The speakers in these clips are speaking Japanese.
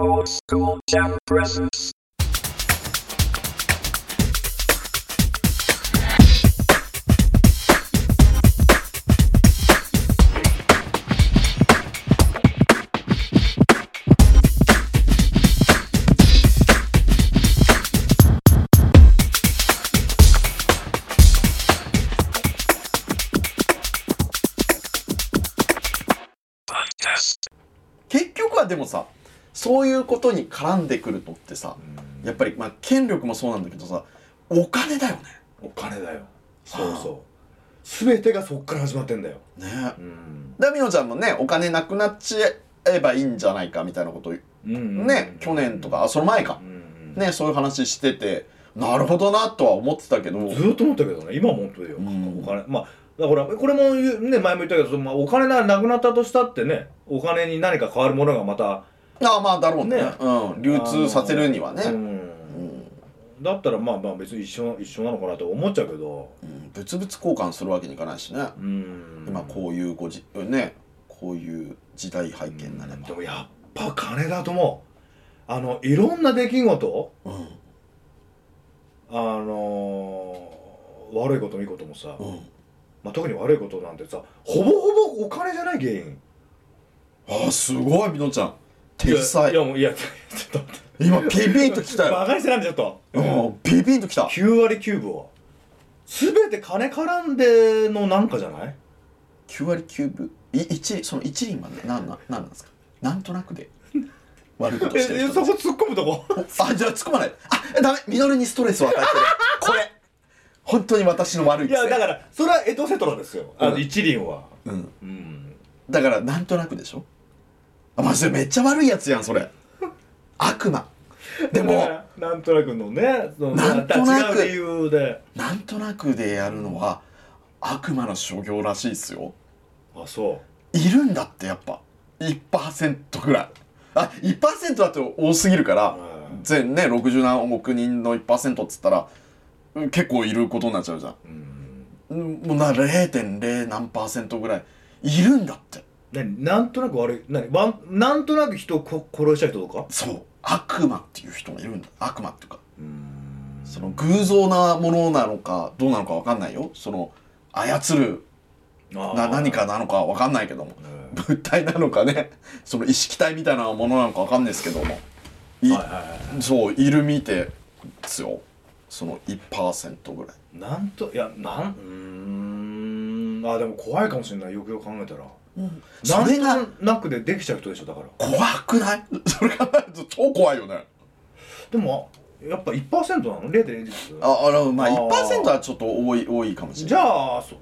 Old school jam presents. 結局はでもさそういうことに絡んでくるのってさやっぱり、まあ、権力もそうなんだけどさお金だよね。お金だよそうそう全てがそっから始まってんだよねうんダミノちゃんもねお金なくなっちゃえばいいんじゃないかみたいなことね、去年とかあその前かう、んね、そういう話しててなるほどなとは思ってたけど、ずーっと思ったけどね今も本当だよ、うんお金まあだからこれも言うね前も言ったけど、そのまあ、お金がなくなったとしたってねお金に何か変わるものがまた、ああまあだろうねねうん、流通させるにはね、ううんんうんだったらまあまあ別に一緒一緒なのかなと思っちゃうけど物々交換するわけにいかないしね、うん今こういうごじねこういう時代背景になれうんばで、もやっぱ金だと思うあのいろんな出来事うんあのー悪いこともいいこともさ、うん、まあ、特に悪いことなんてさほぼほぼお金じゃない原因ああすごいみのちゃん天才いやいやもういやちょっと今ピピンときたよ、バカにしてないんでちょっと、うん、ピピンときた9割9分は全て金絡んでのなんかじゃない9割9分い一その一輪はね何な何なんですかなんとなく で悪いことえしてるえ人そたちこ突っ込むとこあじゃあ突っ込まないあダメミノルにストレスを与えて るこれ本当に私の悪いい癖やだからそれはエトセトラですよあのうん一輪はうん、うんだからなんとなくでしょあまあ、それめっちゃ悪いやつやんそ れ悪魔でだかもらなんとなくのねそのなんとなくまた違う理由でなんとなくでやるのは悪魔の所業らしいっすよあそいるんだってやっぱ1%ぐらいあ1%だと多すぎるからうん全ね60何億人の1%っつったらうん結構いることになっちゃうじゃんううんうんもうな0.0何パーセントぐらいいるんだって何なんとなく悪い何わんなんとなく人をこ殺した人とかそう悪魔っていう人もいるんだ悪魔っていうかうんその偶像なものなのかどうなのか分かんないよその操るな何かなのか分かんないけども物体なのかねその意識体みたいなものなのか分かんないですけどもいはいはいはそういるみてですよその1%ぐらいいなんといやなんうーんあでも怖いかもしれないよくよく考えたらそれながんとなくでできちゃう人でしょだから怖くない それ考えると超怖いよねでもやっぱ1%なの0.0ですああのまああー1%はちょっと多い多いかもしれじないゃあそ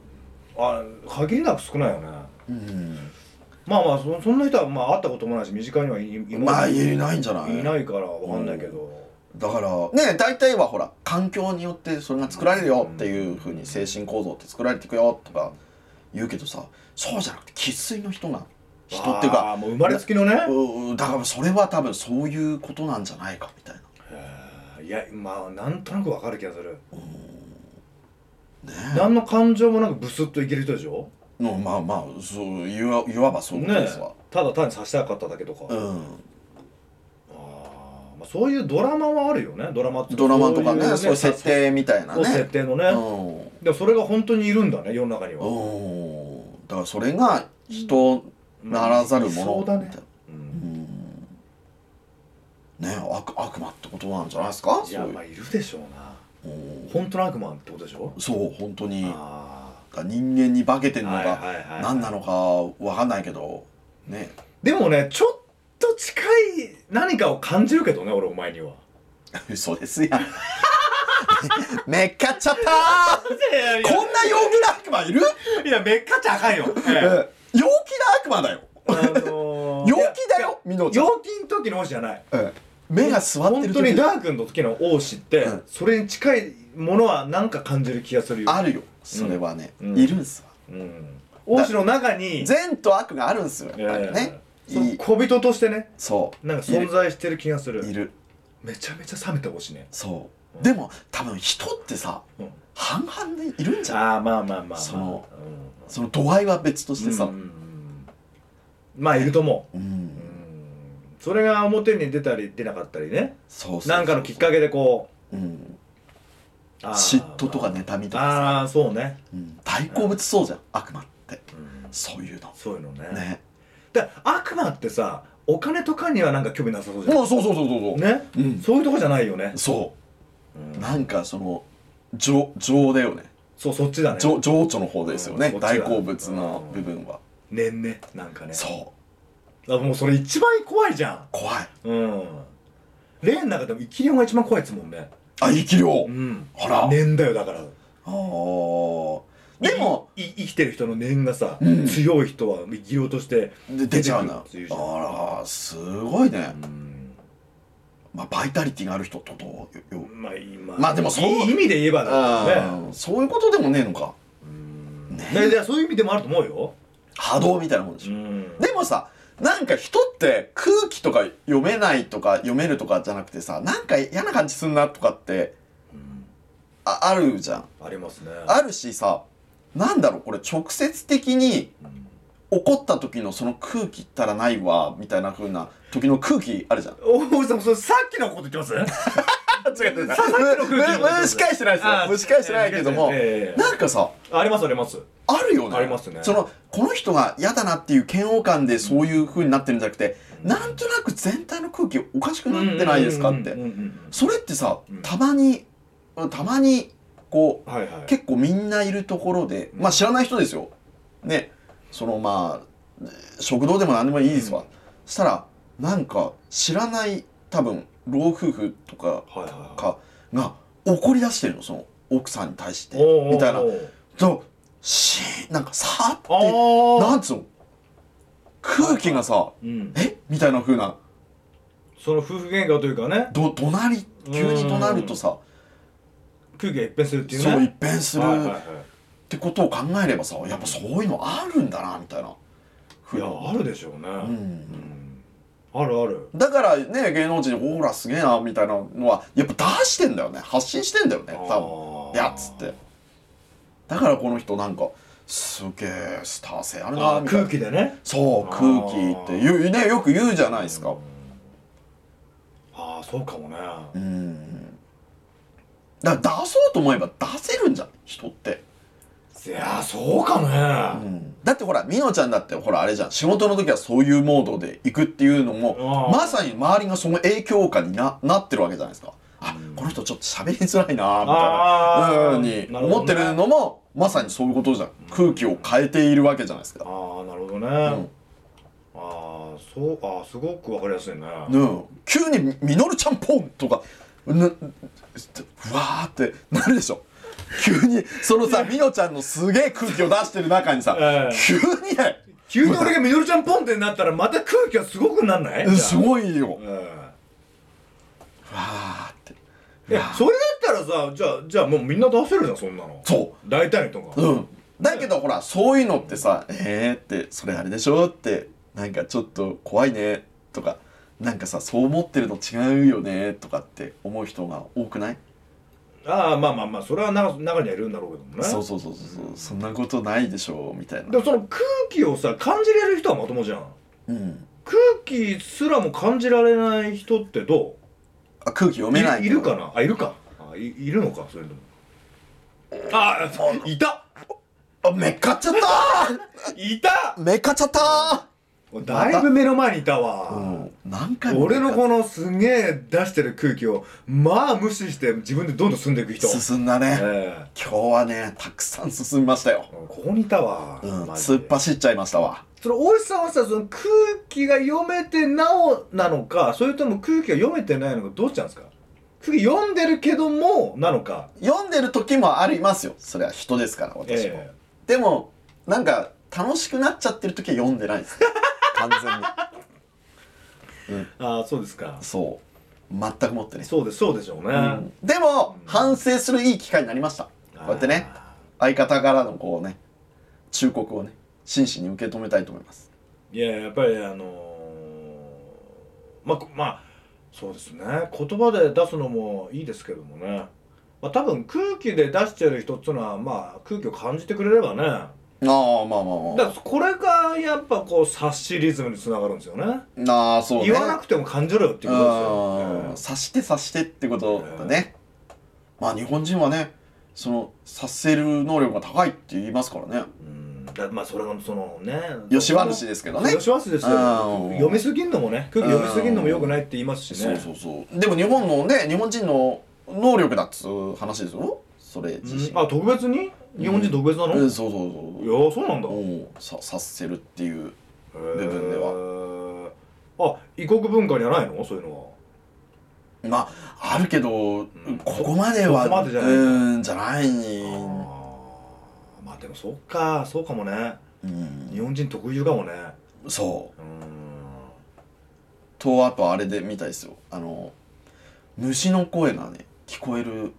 あ限りなく少ないよねうんまあまあそそんな人はまあ会ったこともないし身近にはいいいまあいないんじゃないいないからわかんないけど、だからね大体はほら環境によってそれが作られるよっていうふうに精神構造って作られていくよとか言うけどさそうじゃなくて生粋の人が人っていうかあーもう生まれつきのねうーだからそれは多分そういうことなんじゃないかみたいあーいやまあなんとなくわかる気がするなね何の感情もなくブスッといける人でしょのまあまあそういわいわばそういうことですわ、ただ単に刺したかっただけとか、うあんーまあ、そういうドラマはあるよねドラマってドラマとかねそういう設ね定みたいなそうね設定のね、うんでもそれが本当にいるんだね世の中には、うんだからそれが人ならざるものそうだねみたいなうんね悪悪魔ってことなんじゃないですかいそうやいうまあいるでしょうなうん本当の悪魔ってことでしょそう本当にあだから人間に化けてあんのはいはいがはい何なのかわかんないけどね でもねちょっと近い何かを感じるけどね俺お前には嘘ですやん めっかっちゃったーこんな陽気な悪魔いるいやめっかちゃあかんよ、ええ陽気な悪魔だよあのー陽気だよみのちゃん陽気の時の王子じゃないうん目が座って本る当に時ダークの時の王子って、うんそれに近いものはなんか感じる気がするよ、あるよそれはねうんいるんすわうん、王子の中に 善と悪があるんすよやっぱりねえーいいその小人としてねそうなんか存在してる気がするいるいるめちゃめちゃ冷めてほしいね、そうでも多分人ってさうん、半々でいるんじゃないああまあまあまあまあそのうんその度合いは別としてさうんまあいると思う、うんうんそれが表に出たり出なかったりねそうそうそうなんかのきっかけでこうん、うあー嫉妬とか妬みとかさ、ああそうね、うん、対抗物そうじゃん悪魔ってうん、そういうのそういうのねねだから悪魔ってさお金とかにはなんか興味なさそうじゃまんあそうそうそうそうそう、ねうんそういうとこじゃないよね、そうんうなんかその情情だよねそうそっちだね情情緒の方ですよね、うん大好物の部分は、年ねなんかねそうあもうそれ一番怖いじゃ怖いんうん例の中でも生き量が一番怖いですもんねあ生き量、うんあら念だよだからあーでもい生きてる人の念がさ、うん強い人は生き量としてで出ちゃうんだ出てくるっていうじゃんあらすごいね、うんまあ、バイタリティがある人とどうよよまあ今まあでもそういい意味で言えばだけどねあーそういうことでもねえのかうんねねじゃあそういう意味でもあると思うよ波動みたいなもんでしょ、んでもさなんか人って空気とか読めないとか読めるとかじゃなくてさなんか嫌な感じすんなとかってうんああるじゃんありますねあるしさなんだろうこれ直接的にうん怒った時のその空気ったらないわみたいな風な時の空気あるじゃん大森さんそれさっきのこと言ってます 違う違うさっきの空気蒸し返してないですよあー蒸し返してないけどもええええええなんかさありますありますあるよねありますねそのこの人が嫌だなっていう嫌悪感でそういう風になってるんじゃなくてなんとなく全体の空気おかしくなってないですかって、うんうんうんそれってさうんたまにたまにこうんはいはうい結構みんないるところでまあ知らない人ですよねそのまあ食堂でも何でもいいですわ、うんしたらなんか知らない多分老夫婦とかはいはいかが怒り出してるのその奥さんに対しておうおうおうみたいなとシーンなんかさーってあなあんつうの空気がさうん「えみたいな風なその夫婦喧嘩というかねど怒鳴り急に怒鳴るとさ空気が一変するっていうねそう一変するはいはいっはてことを考えればさやっぱそういうのあるんだなみたいない風いやなあるでしょうねううんんあるあるだからね芸能人ほらすげえなみたいなのはやっぱ出してんだよね発信してんだよね多分あーやっつってだからこの人なんかすげえスター性あるなあーみたい空な気でねそうあ空ー気って言うねよく言うじゃないですかああそうかもねうんだから出そうと思えば出せるんじゃん人って、いやーそうかうねん、だってほら美濃ちゃんだってほらあれじゃん仕事の時はそういうモードで行くっていうのもあーまさに周りがその影響下にななってるわけじゃないですかあうんこの人ちょっと喋りづらいなあーーみたいなふうになるほどね思ってるのもまさにそういうことじゃん空気を変えているわけじゃないですか、ああなるほどうんねああそうああすごくわかりやすいねうん、急に「みのるちゃんぽん」とかなうわーってなるでしょ急にそのさみのちゃんのすげえ空気を出してる中にさ、ええ急にね急に俺がみのるちゃんポンってなったらまた空気がすごくなんないうんすいごいよ、えわーってえそれだったらさじゃあじゃあもうみんな出せるじゃんそんなのそ大体の人がううんだけどほらそういうのってさ「えー」って「それあれでしょ?」ってなんかちょっと怖いねとかなんかさそう思ってるの違うよねとかって思う人が多くないああまあまあまあそれはな中にはいるんだろうけどもねそうそうそうそう、そんなことないでしょみたいでなもその空気をさ感じれる人はまともじゃんうん空気すらも感じられない人ってどあ空気読うめないいるかなあいるかあいいるのかそれでもああいたあめっかっちゃ ったいたーめっかっちゃっただいぶ目の前にいたーわ、うん何回も俺のここのすげえ出してる空気をまあ無視して自分でどんどん進んでいく人、進んだね、え今日はねたくさん進みましたよえ、ここにいたわ、うん、マジで突っ走っちゃいましたわそれ大石さんはさその空気が読めてなおなのかそれとも空気が読めてないのかどうしたんですか空気読んでるけどもなのか読んでる時もありますよそれは人ですから私も、えでもなんか楽しくなっちゃってる時は読んでない です完全に、うん、えああそうですかそう全くもってね、そうですそうでしょうね、うんでも、うん反省するいい機会になりましたこうやってねあ相方からのこうね忠告をね真摯に受け止めたいと思いますーいややっぱりあのー、まあこまあそうですね言葉で出すのもいいですけどもねまあ多分空気で出してる人っていうのはまあ空気を感じてくれればねああまあまあまだからこれがやっぱこう察しリズムにつながるんですよねあああそうね言わなくても感じろよっていうことですよ、うん察して察してってことだね、まあ日本人はねその察せる能力が高いって言いますからねうんだまあそれがそのね吉原氏ですけどね吉原氏ですようん読みすぎんのもね空気読みすぎんのもよくないって言いますしねそうそうそうでも日本のね日本人の能力だっつう話ですよそれ自身、うんあ特別に日本人特別なの、ういんやそうそうそうそうなんだうんさ察せるっていう部分ではあ異国文化にはないのそういうのはまああるけど、んここまではそこまでじゃないうんじゃないあーまあでもそっかそうかもねうん日本人特有かもねそううーんとあとあれで見たいですよあの虫の声がね聞こえる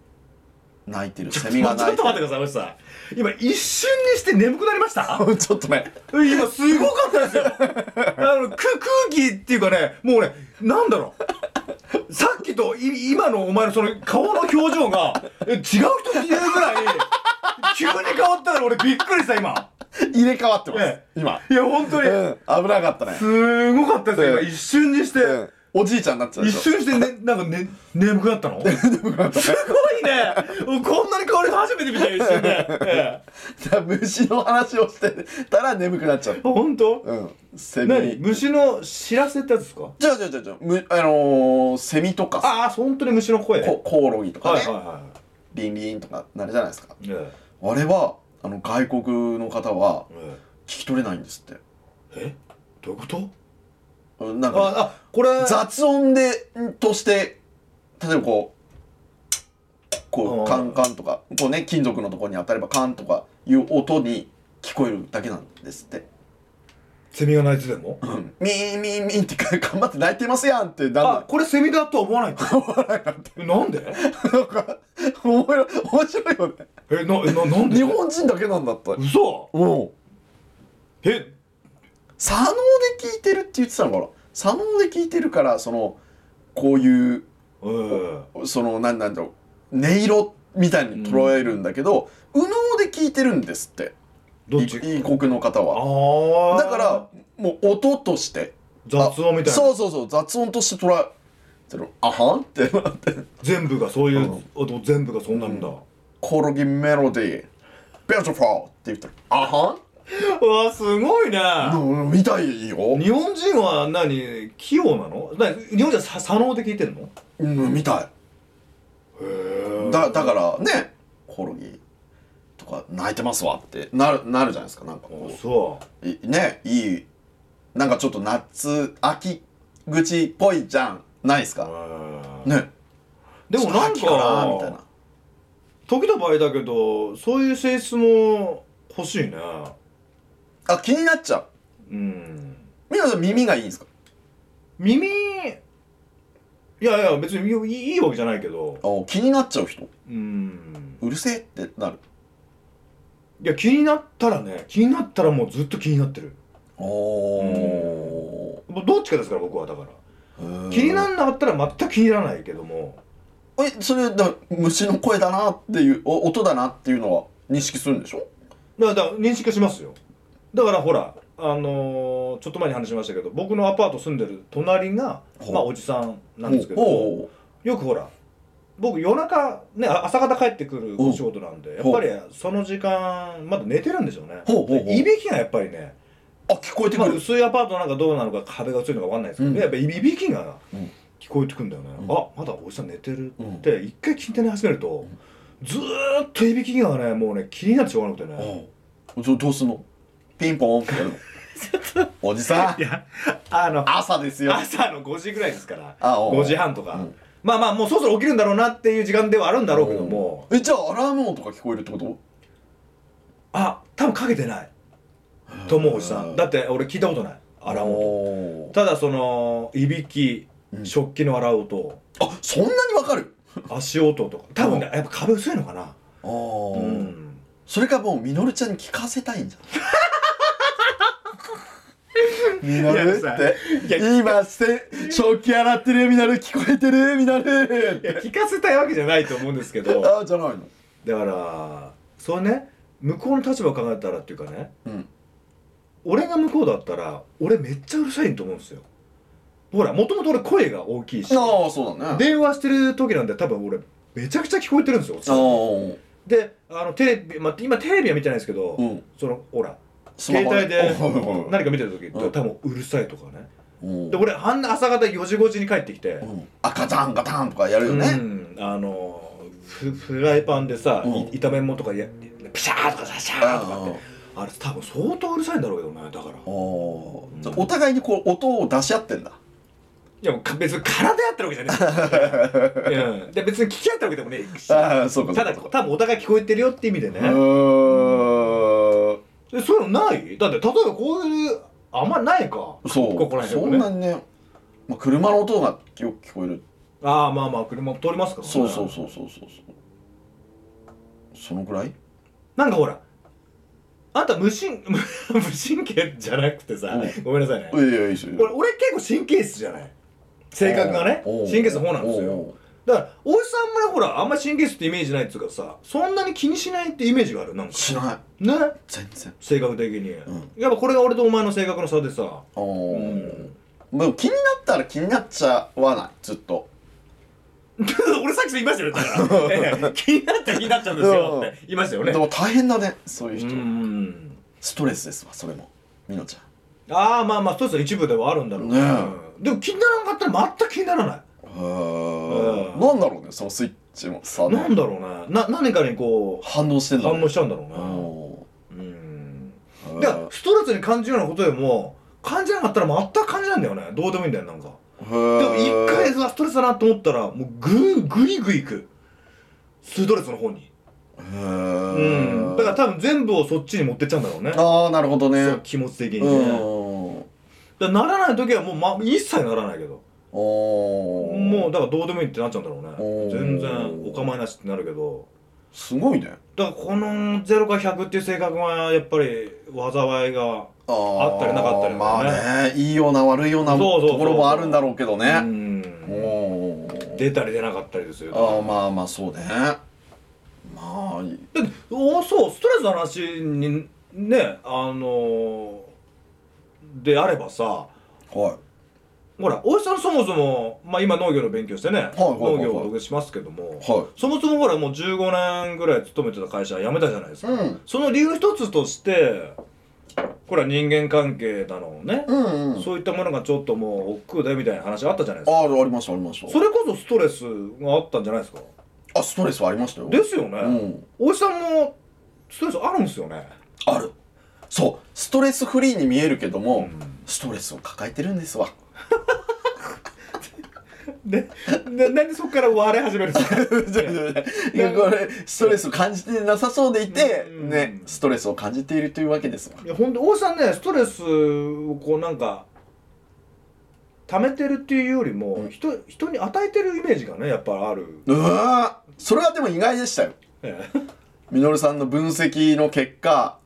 鳴いてるセミがちょ鳴っいてと待ってください、おじさん。今、一瞬にして眠くなりました るちょっとね今、すごかったですよ。 あの、く空気っていうかね、もうね、なんだろう。さっきとい今のお前のその顔の表情が、え違う人に言うぐらい、急に変わったから俺びっくりした、今。入れ替わってます、え今、いや、本当にう。ん、危なかったね、すごかったですよ、今。ええ一瞬にして。うん、おじいちゃんになっちゃうで一しょ瞬にして、ね、なんか、ね、眠くな ったのすごいねもうこんなに変わるの初めて見たよ一 瞬で、ええだから虫の話をしてたら眠くなっ ちゃう。あ本当、うん。セミ。何虫の知らせってやつですかじゃあじゃあじゃあじゃあ、むあのー、セミとかさ、ああ本当に虫の声ココオロギとかね、はいはいはリンリンとかなるじゃないですか。いえあれは、あの、外国の方はえ聞き取れないんですって。えどういうことうんなんか、ああこれ雑音で、んとして、例えばこう、こあーう、カンカンとか、こうね、金属のところに当たればカンとかいう音に聞こえるだけなんですって。セミが鳴いててもうん。ミーミーミーってか頑張って泣いてますやんってなるあこれセミだとは思わない思わないえなんでなんか、面白い、面白いよね。えなえななんで日本人だけなんだった。うん。嘘え左脳で聞いてるって言ってたのかな。左脳で聞いてるから、その、こういう、ええその、なんなんだろう、音色みたいに捉えるんだけど、右脳で聞いてるんですって。どっちい異国の方は。ああだから、もう音として。雑音みたいなそうそうそう、雑音として捉えてる。あはんってなって。全部がそういううん音全部がそうなんだうわコオロギメロディー、ベルトファーって言ってる。あはんあすごいねうん見たいよ。日本人は何器用なの何日本人は左左脳で聞いてんのへうん、みたい。えだだからねコオロギとか泣いてますわってなるなるじゃないですかなんかこそういねいいなんかちょっと夏秋口っぽいじゃんないですかうねでもなんちょっと秋かなみたいかな時と場合だけどそういう性質も欲しいねあ気になっちゃううん皆さん耳がいいんですか耳いやいや別にいいいいわけじゃないけどあ気になっちゃう人うんうるせえってなるいや気になったらね気になったらもうずっと気になってるおもうどっちかですから僕はだからー気になんなかったら全く気にならないけどもえそれだ虫の声だなっていうお音だなっていうのは認識するんでしょだからだから認識しますよだからほらあのーちょっと前に話しましたけど僕のアパート住んでる隣がほうまあおじさんなんですけどおうよくほら僕夜中ねあ朝方帰ってくるお仕事なんでやっほうぱりその時間まだ寝てるんでしょうねほうほうほういびきがやっぱりね、あ聞こえてまくあ、る薄いアパートなんかどうなのか壁が薄いのかわかんないですけど、うんやっぱいびきがうん聞こえてくるんだよね、うんあまだおじさん寝てるうんって一回聞いて寝始めると、ずーっといびきがねもうね気になってしょうがなくてね、うんどどうすんのピンポンってや るのおじさんいやあの朝ですよ朝の5時ぐらいですからあおう5時半とか、うんまあまあもうそろそろ起きるんだろうなっていう時間ではあるんだろうけども、えじゃあアラーム音とか聞こえるってことあ多分かけてないと思うおじさんだって俺聞いたことない洗う音おーただそのいびきうん食器の洗う音あそんなにわかる足音とか多分ねやっぱ壁薄いのかなあうーんそれかもうみのるちゃんに聞かせたいんじ ゃんみのるっいやて今して食器洗ってるよみのる聞こえてるみのる いや聞かせたいわけじゃないと思うんですけどああじゃないのだからそうね向こうの立場を考えたらっていうかねうん俺が向こうだったら俺めっちゃうるさいと思うんですよほらもともと俺声が大きいしああそうだね電話してる時なんで多分俺めちゃくちゃ聞こえてるんですよああであのテレビ、まあ、今テレビは見てないですけど、うんそのほらスマホね携おはい はいはい何か見てる時、 うん多分うるさいとかねうんで俺あんな朝方4時5時に帰ってきてう、んあガタンガタンとかやるようねんあのフフライパンでさ、うんい炒め物とかやピシャーとかさシャーとかってあれ多分相当うるさいんだろうけどねだからおおうんーじゃあお互いにこう音を出し合ってん だいやもうか別に体やってるわけじゃね え、うん、で別に聞き合ってるわけでもねえしたああそうかそうたかだ多分お互い聞こえてるよって意味でね、うーんでそういうのないだって例えばこういうあんまないかそうここら辺そとかんねなにねまあ車の音がよく聞こえるああまあまあ車も通りますからねそうそうそうそうそうそうそのぐらいなんかほらあんた無神 無神経じゃなくてさ、うごめんなさいねいやいやいいですよ俺俺結構神経質じゃない性格がねおー神経質の方なんですよおーだから大石さんもねほらあんまり神経質ってイメージないっつうかさそんなに気にしないってイメージがあるなんかしないね全然性格的に、んやっぱこれが俺とお前の性格の差でさああ、んでも気になったら気になっちゃわないずっと 俺さっき言いましたよだから ええ気になった気になっちゃうんですよって言いましたよねでも大変だねそういうう人、んストレスですわそれもみのちゃんああまあまあ一つの一部ではあるんだろうねえうんでも気にならなかったら全く気にならないうんうんなんだろうねそのスイッチもさなんだろうねな何かにこ反応してんうだ反ろ応しちゃうんだろう応ねうんうんだからストレスに感じるようなことでも感じなかったら全く感じないんだよねどうでもいいんだよなんかでも一回さストレスだなと思ったらもうグーグイグイいくストレスの方にううんだから多分全部をそっちに持ってっちゃうんだろうねああなるほどねそう気持ち的にうねんだからならない時はもう、ま、一切ならないけどおーもうだからどうでもいいってなっちゃうんだろうおねー全然お構いなしってなるけどすごいねだからこの0か100っていう性格はやっぱり災いがああったりなかったりだねまあねいいような悪いようなそうそうそうところもあるんだろうけどうねんおー出たり出なかったりですよああまあまあそうねまあいいだっておそうストレスの話にねあのーであればさはほら大石さんそもそも、まあ、今農業の勉強してね、いはいはいはい農業を僕しますけども、いはそもそもほらもう15年ぐらい勤めてた会社辞めたじゃないですいか、その理由一つとしてこれは人間関係だのね、うんうんうんそういったものがちょっともう億劫だみたいな話あったじゃないですかああありましたありましたそれこそストレスがあったんじゃないですかあストレスはありましたよですよね、うん大石さんもストレスあるんですよねあるそうストレスフリーに見えるけども、うんストレスを抱えてるんですわで、ななんでそこから 笑い始めるんですかいやこれストレスを感じてなさそうでいて、うんねストレスを感じているというわけですわいやほんと大さんねストレスをこうなんか溜めてるっていうよりも、うん人人に与えてるイメージがねやっぱある、うわーそれはでも意外でしたよえみのるさんの分析の結果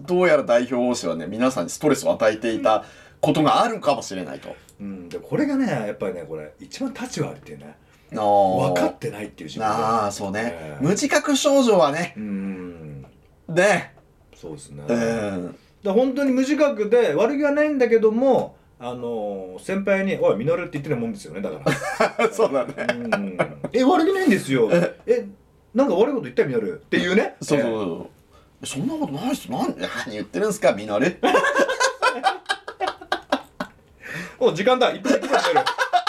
どうやら代表王子はね皆さんにストレスを与えていたことがあるかもしれないとえうん、でこれがねやっぱりねこれ一番立ち悪いっていうねあー分かってないっていう自分あーそうね、ええ無自覚症状はねうんねそうですね、うだか んら本当に無自覚で悪気はないんだけどもあの先輩に「おい稔」って言ってるもんですよねだからそうだねうんえ悪気ないんですよえなんか悪いこと言ったよみのるっていうねそうそうそうそんなことないっすなん何言ってるんですかみの るお時間だ一服一服だみのる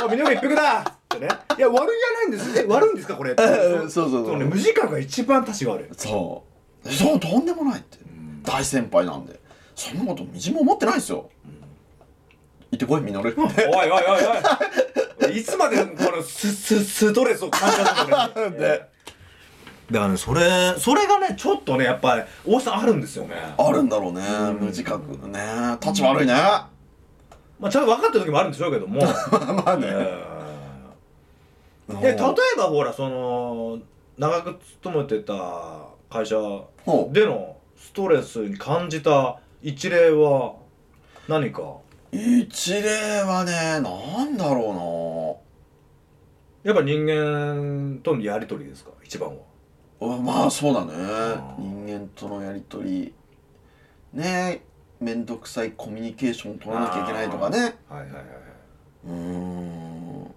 おみのる一服だってねいや悪気はないんですえ悪いんですかこれってうんそうそうそうそうね無自覚が一番足し悪いそうそうとんでもないって大先輩なんでそんなことみじんも思ってないですよ、行ってこいみのるおいおいおいおいいつまでこのススストレスを感じた のこれでだからねそれそれがねちょっとねやっぱり大さんあるんですよねあるんだろうね、うん無自覚ね立ち悪いね、 まあちゃんと分かってる時もあるんでしょうけども まあね、うんうんで例えばほらその長く勤めてた会社ほうでのストレスに感じた一例は何か一例はねなんだろやっぱ人間とのやり取りですか一番はうあまあそうだね人間とのやり取りねえ面倒くさいコミュニケーション取らなきゃいけないとかねはいはいはいはいうーん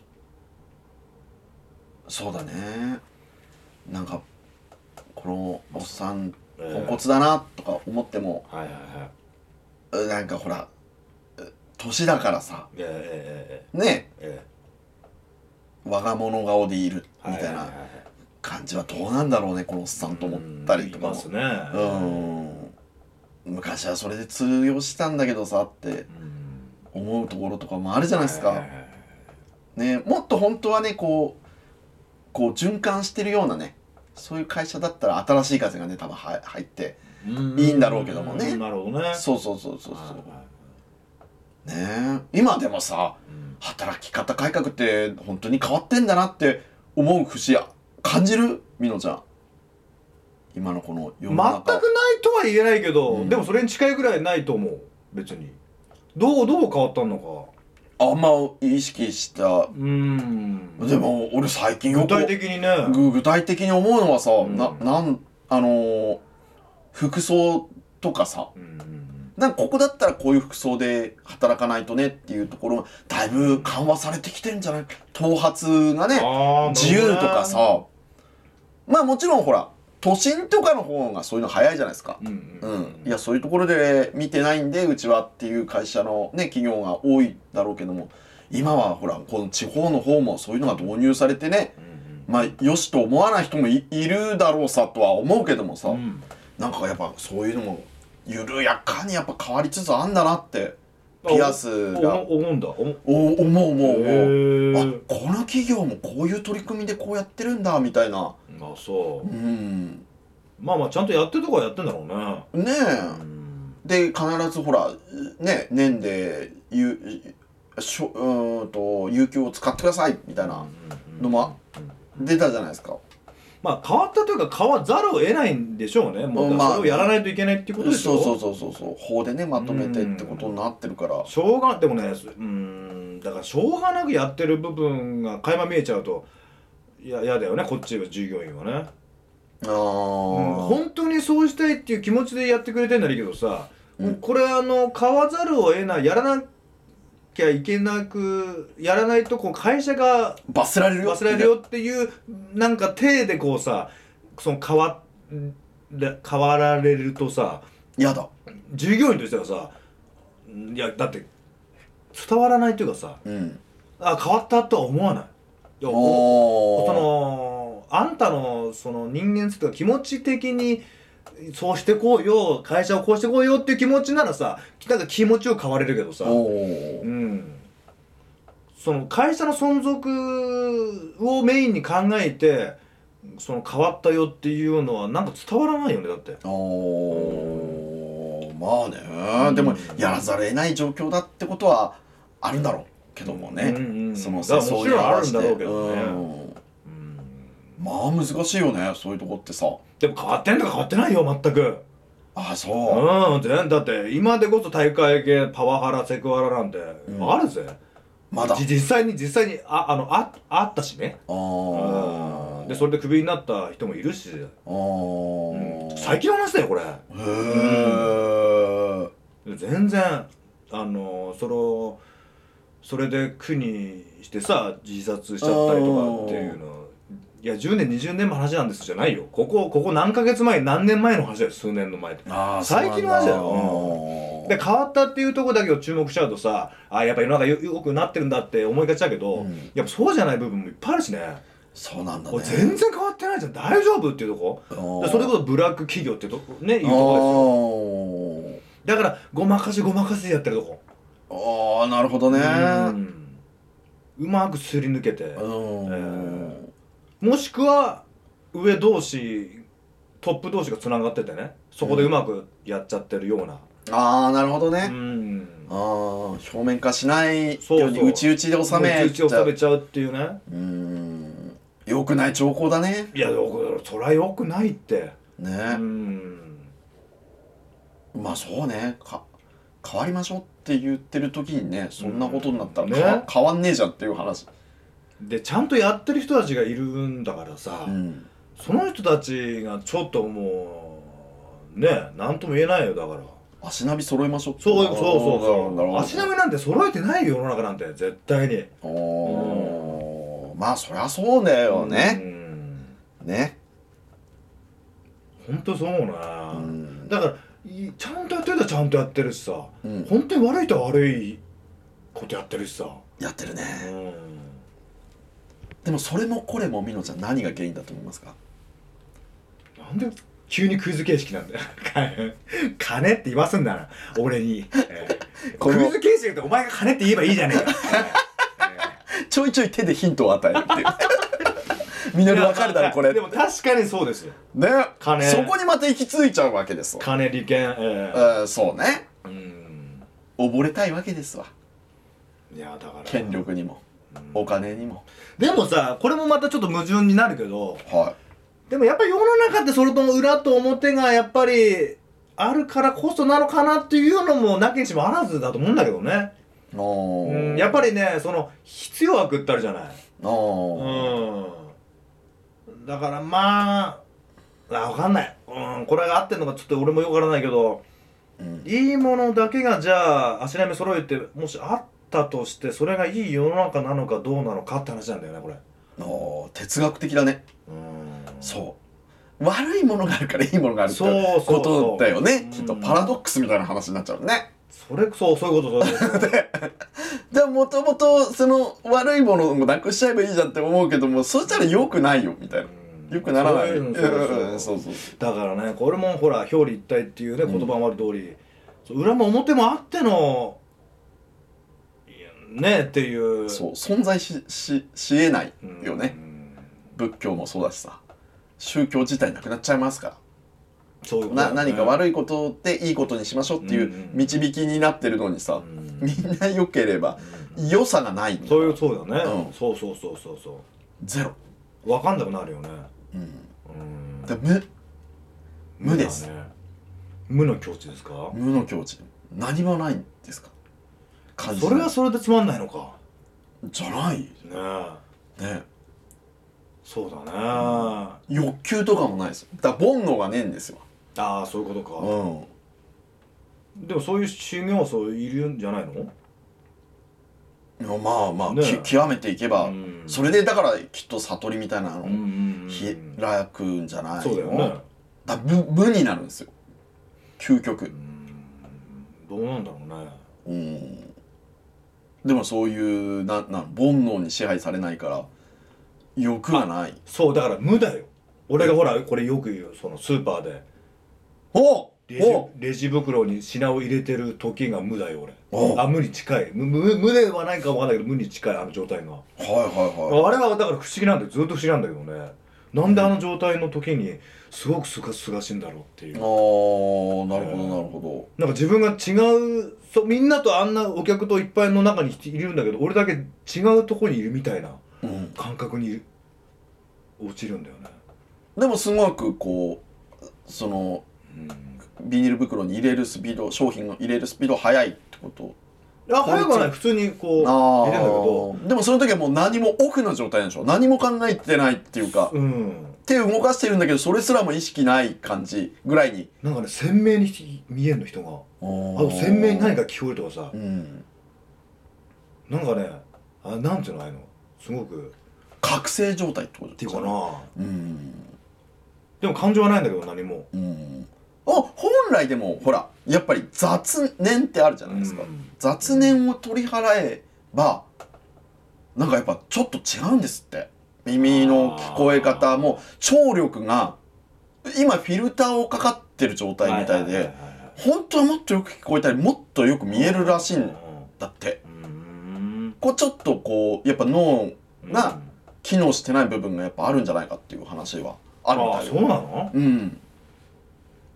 そうだねなんかこのおっさんえポーンコツだなとか思っても、はいはいはいえなんかほらえ年だからさええねええええ我が物顔でいるえみたいはなはは感じはどうなんだろうねこのおっさんと思ったりとかもうんいますねうん昔はそれで通用したんだけどさってうん思うところとかもあるじゃないですはいはかい、はいね、もっと本当はねこうこう循環してるようなねそういう会社だったら新しい風がね多分は入ってうんいいんだろうけどもねうんなるほどねそうそうそうそうはいそはうね今でもさいうん働き方改革って本当に変わってんだなって思う節や感じるみのちゃん今のこの世全くのない中とは言えないけど、うんでもそれに近いぐらいないと思う別にどうどう変わったのかあんま意識したうーんでも俺最近よ具く体的にねはいぐ具体的に思うのはさ、うんななんあのー服装とかさなんかここだったらこういう服装で働かないとねっていうところがだいぶ緩和されてきてんじゃない頭髪がねあー自由とか、さまあもちろんほら都心とかの方がそういうの早いじゃないですか。なるほどねうんうん、いやそういうところで見てないんでうちはっていう会社の、ね、企業が多いだろうけども今はほらこの地方の方もそういうのが導入されてね、うんまあよしと思わない人もいいるだろうさとは思うけどもさ、うんうんなんかやっぱそういうのも緩やかにやっぱ変わりつつあんだなってピアスおがお思うんだおお思う思う思うあへこの企業もこういう取り組みでこうやってるんだみたいなえあそううんまあまあちゃんとやってるとこはやってんだろうねねうえんで必ずほらね年でゆしょうーんと有給を使ってくださいみたいなのも出たじゃないですかまあ変わったというか変わざるを得ないんでしょうねもうだかまらあそれをやらないといけないっていうことでしょそうそうそうそうそう法でねまとめてってことになってるからしょうがでもねすうーんだからしょうがなくやってる部分が垣間見えちゃうといや嫌だよねこっちは従業員はね、ああ、うん、本当にそうしたいっていう気持ちでやってくれてんならいいけどさ、うんこれあの買わざるを得ないやらなきゃいけなくやらないとこう会社が罰せられるよ忘れるよっていうなんか体でこうさその変わら変わられるとさやだ従業員としてはさんいやだって伝わらないというかさうんあ変わったとは思わないいやおそおのあんたのその人間性とか気持ち的にそうしてこうよ会社をこうしてこうよっていう気持ちならさなんか気持ちを変われるけどさおう、んその会社の存続をメインに考えてその変わったよっていうのはなんか伝わらないよねだっておーまあね、でもやらざるを得ない状況だってことはあるんだろうけどもね、うんうんそのだからもちろんあるんだろうけそどいね、話でうんうんまあ難しいよねそういうとこってさでも変わってんのか変わってないよ全くああそう、うん全だって今でこそ大会系パワハラセクハラなんてんあるぜ、まだじ実際に実際にああのああったしねああでそれでクビになった人もいるし、あー、最近の話だよこれへえ全然あのそれをそれで苦にしてさ自殺しちゃったりとかっていうのいや10年20年前の話なんですじゃないよここここ何ヶ月前何年前の話だよ数年の前であー最近の話だよそうなんでだ変わったっていうところだけを注目しちゃうとさあやっぱ世の中よよくなってるんだって思いがちだけど、うんやっぱそうじゃない部分もいっぱいあるしねそうなんだこねれ全然変わってないじゃん大丈夫っていうとこあでーそれこそブラック企業ってとこねいうあとこーですよだからごまかしごまかしでやってるとこああなるほどねうんうまくすり抜けてうん、えもしくは上同士トップ同士がつながっててねそこでうまくやっちゃってるようなああなるほどうね、んああ表面化しないよそうそううに内々で収めうちを食べちゃうっていうねうん良くない兆候だねいやよくそりゃよくないってうね、んまあそうねか変わりましょうって言ってる時にねそんなことになったら、ねか変わんねえじゃんっていう話でちゃんとやってる人たちがいるんだからさ、うんその人たちがちょっともうね何とも言えないよだから足並み揃えましょうそうそなうそうるそほうど足並みなんて揃えてないよ世の中なんて絶対におーまあそりゃそうだよね、うんね、本当そうね、うんだからいちゃんとやってる人はちゃんとやってるしさうん、本当に悪い人は悪いことやってるしさやってるうねんでもそれもこれもみのちゃん何が原因だと思いますかなんで急にクイズ形式なんだよ 金って言わすんだな俺に、えーこれクイをズ形式でお前が金って言えばいいじゃねえかちょいちょい手でヒントを与えるっていう み のり分かるだろこれでも確かにそうですよね金そこにまた行き着いちゃうわけですわ、金利権えええーそうねうん溺れたいわけですわいやだから権力にもお金にもでもさこれもまたちょっと矛盾になるけどはでもやっぱり世の中ってそれとも裏と表がやっぱりあるからこそなのかなっていうのもなきにしもあらずだと思うんだけどね、いおうーん、やっぱりねその必要悪ってあるじゃないおーうんだからまああ分かんない、うん、これが合ってんのかちょっと俺もよくわからないけどうんいいものだけがじゃあ足並み揃えてもしあったとしてそれがいい世の中なのかどうなのかって話なんだよねこれおー哲学的だねうんそう悪いものがあるからいいものがあるってそうそうそうことだよねうんきっとパラドックスみたいな話になっちゃうねそれそうそういうことそういうことでももともとその悪いものもなくしちゃえばいいじゃんって思うけどもそしたら良くないよみたいなうん良くならないそういうのうんそそうそううそうだからねこれもほら表裏一体っていうね言葉もある通り、そう裏も表もあってのいやねっていうそう存在しししえないよねうん仏教もそうだしさ宗教自体なくなっちゃいますかそういうらことだなよね何か悪いことでいいことにしましょうってうんういうん導きになってるのにさうんみんな良ければ良さがないそういうそうだね、うんそうそうそうそうそゼロう分かんなくなるよねうんで無無ですだね無の境地ですか無の境地何もないんですか感じそれはそれでつまんないのかじゃないねえねそうだね、あ欲求とかもないですよだから煩悩がねえんですよあそういうことか、うんでもそういう修行僧いるんじゃないのいやまあまあ、ねき極めていけば、うんそれでだからきっと悟りみたいなうんうんのうん開くんじゃないのそうだよねだ無無になるんですよ究極どうなんだろうねうんでもそういうななん煩悩に支配されないから欲がないそうだから無だよ俺がほらこれよく言うそのスーパーでおレジおレジ袋に品を入れてる時が無だよお俺あ無に近い無無無ではないかわかんないけど無に近いあの状態がはいはいはいあれはだから不思議なんだよずっと不思議なんだけどねなんであの状態の時にすごくすがすがしいんだろうってあいうーなるほどなるほなんか自分が違うそうみんなとあんなお客といっぱいの中にいるんだけど俺だけ違うとこにいるみたいなど、うん、感覚に落ちるんだよねでもすごくこうそのビニール袋に入れるスピード商品を入れるスピード速いってことあ早くはない普通にこう入れるんだけどあーでもその時はもう何もオフの状態なんでしょ何も考えてないっていうかうん手を動かしてるんだけどそれすらも意識ない感じぐらいになんかね鮮明に見えんの人がああと鮮明に何か聞こえるとかさうんなんかねあなんていうのああいうのすごくっ覚醒状態ってことっていうかなうんでも感情はないんだけど何もうんあ本来でもほらやっぱり雑念ってあるじゃないですか、うん雑念を取り払えばなんかやっぱちょっと違うんですって耳の聞こえ方も聴力が今フィルターをかかってる状態みたいで、はははは本当はもっとよく聞こえたりもっとよく見えるらしいんうだってんこうちょっとこうやっぱ脳うんが機能してない部分がやっぱあるんじゃないかっていう話はあるみあたあいそうなのうん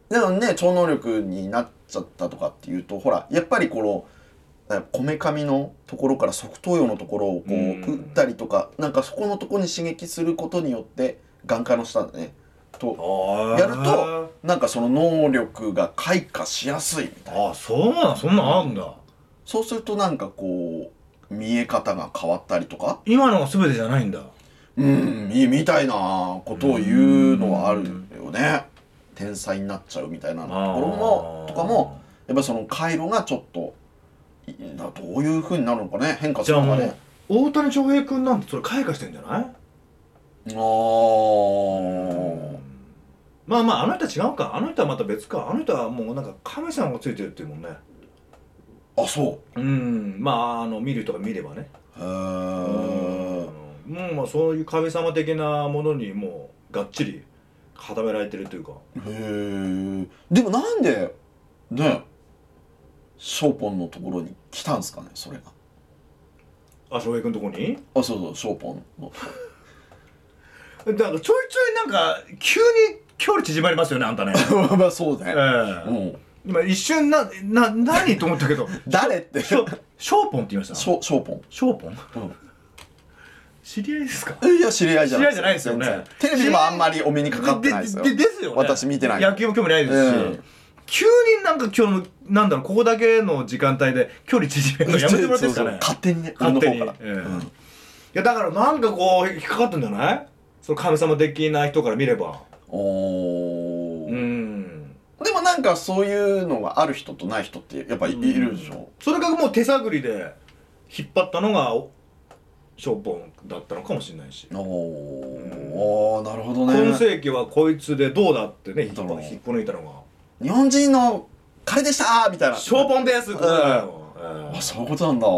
でもね超能力になっちゃったとかっていうとほらやっぱりこのえこめかみのところから側頭葉のところをこううん打ったりとかなんかそこのところに刺激することによって眼科の下でねとああやるとなんかその能力が開花しやすいみたいなああそうなのそんなんあるんだそうするとなんかこう見え方が変わったりとか今のが全てじゃないんだううんいいみたいなことを言うのはあるよね天才になっちゃうみたいなところもとかもやっぱりその回路がちょっといなどういうふうになるのかね変化すじゃるあのもかうね大谷翔平君なんてそれ開花してんじゃなあいーまあまああの人は違うかあの人はまた別かあの人はもうなんか神様がついてるっていうもんねあそううんまああの見るとか見ればねへーうんまあそういう神様的なものにもうがっちり固められてるというかへえでもなんでねショーポンのところに来たんですかねそれがあ翔平君のとこにあそうそうショーポンのだからちょいちょいなんか急に距離縮まりますよねあ んたねまあそうええね、うん、今一瞬なな何と思ったけ ど誰ってシショョショーポンって言いましたショーポンショーポンうん知り合いですかいや知り合いじゃない知り合いじゃないですよね全然テレビでもあんまりお目にかかってないですよででですよね私見てない野球も興味ないですし、うん急になんか今日のなんだろうここだけの時間帯で距離縮めるのやめてもらっていいですそうそかねう勝手にね俺の勝手方にから、ええうんいやだからなんかこう引っかかったんじゃないその神様的な人から見ればおーうんでもなんかそういうのがある人とない人ってやっぱいいるでしょ、それがもう手探りで引っ張ったのがおショーポンだったのかもしれないしおおーなるほどね今世紀はこいつでどうだってね引っだろう張引っこ抜いたの日本人の彼でしたーみたいながショーポンですこれだよええあそういうことなんだ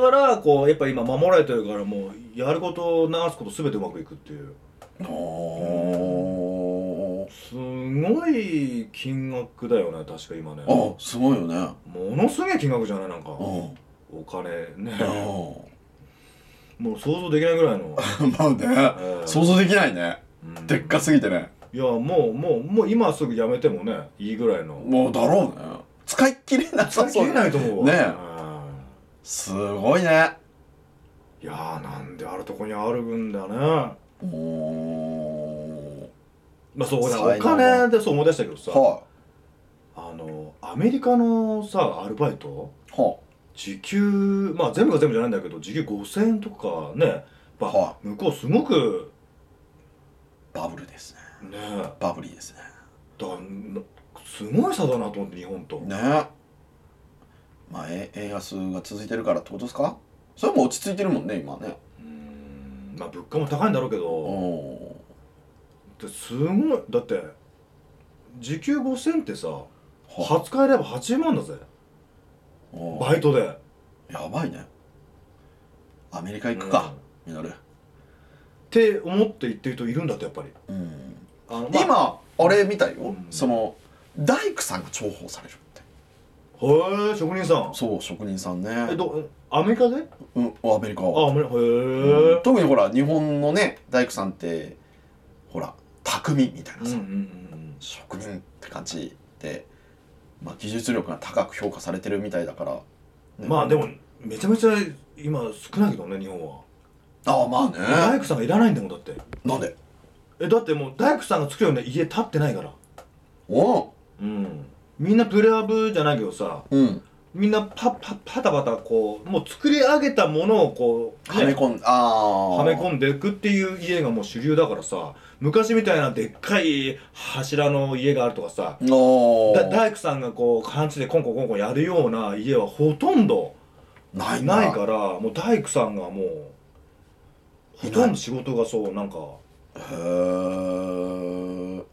だからこうやっぱ今守られてるからもうやることを流すこと全てうまくいくっていうおーすごい金額だよね確か今ねあすごいよねものすごい金額じゃないなんかうおん金ねうもう想像できないぐらいのんまあねえ え想像できないねうんでっかすぎてねいやもうもうもう今すぐやめてもねいいぐらいのもうだろうね使い切れなさ使い切それうないと思うねえうすごいねんいやーなんであるとこにあるんだねおーまあそうだ才お能金でそう思い出したけどさはあのアメリカのさアルバイトいは時給まあ全部が全部じゃないんだけど時給5000円とかねやっぱは向こうすごくいバブルですねねだかバブリーですねらなすごい差だなと思って日本と、ねまあえ円安が続いてるからってことですかそれも落ち着いてるもんね今ねうーんまあ物価も高いんだろうけおどおですごいだって時給5000ってさーは20日やれば8万だぜおーバイトでやばいねアメリカ行くか、ミノルって思って言ってる人いるんだってやっぱりうんあの、まあ今あれ見たよ、うんその大工さんが重宝されるってへえ職人さんそう職人さんねえどアメリカでうん、アメリカあはアメリカへうんえ特にほら日本のね大工さんってほら匠みたいなうんうさ、んうん職人って感じで、まあ、技術力が高く評価されてるみたいだから、うんまあでもめちゃめちゃ今少ないけどね日本はああまあ大ね工さんがいらないんだもんだってなんでえだってもう大工さんが作るような家建ってないからおううんみんなプレハブじゃないけどさうんみんなパパパタパタこうもう作り上げたものをこう、ねはめ込んああはめん込んでいくっていう家がもう主流だからさ昔みたいなでっかい柱の家があるとかさおだー大工さんがこう感じでコンコンコンコンやるような家はほとんどないんだないからもう大工さんがもうほとんど仕事がそうなんかへえ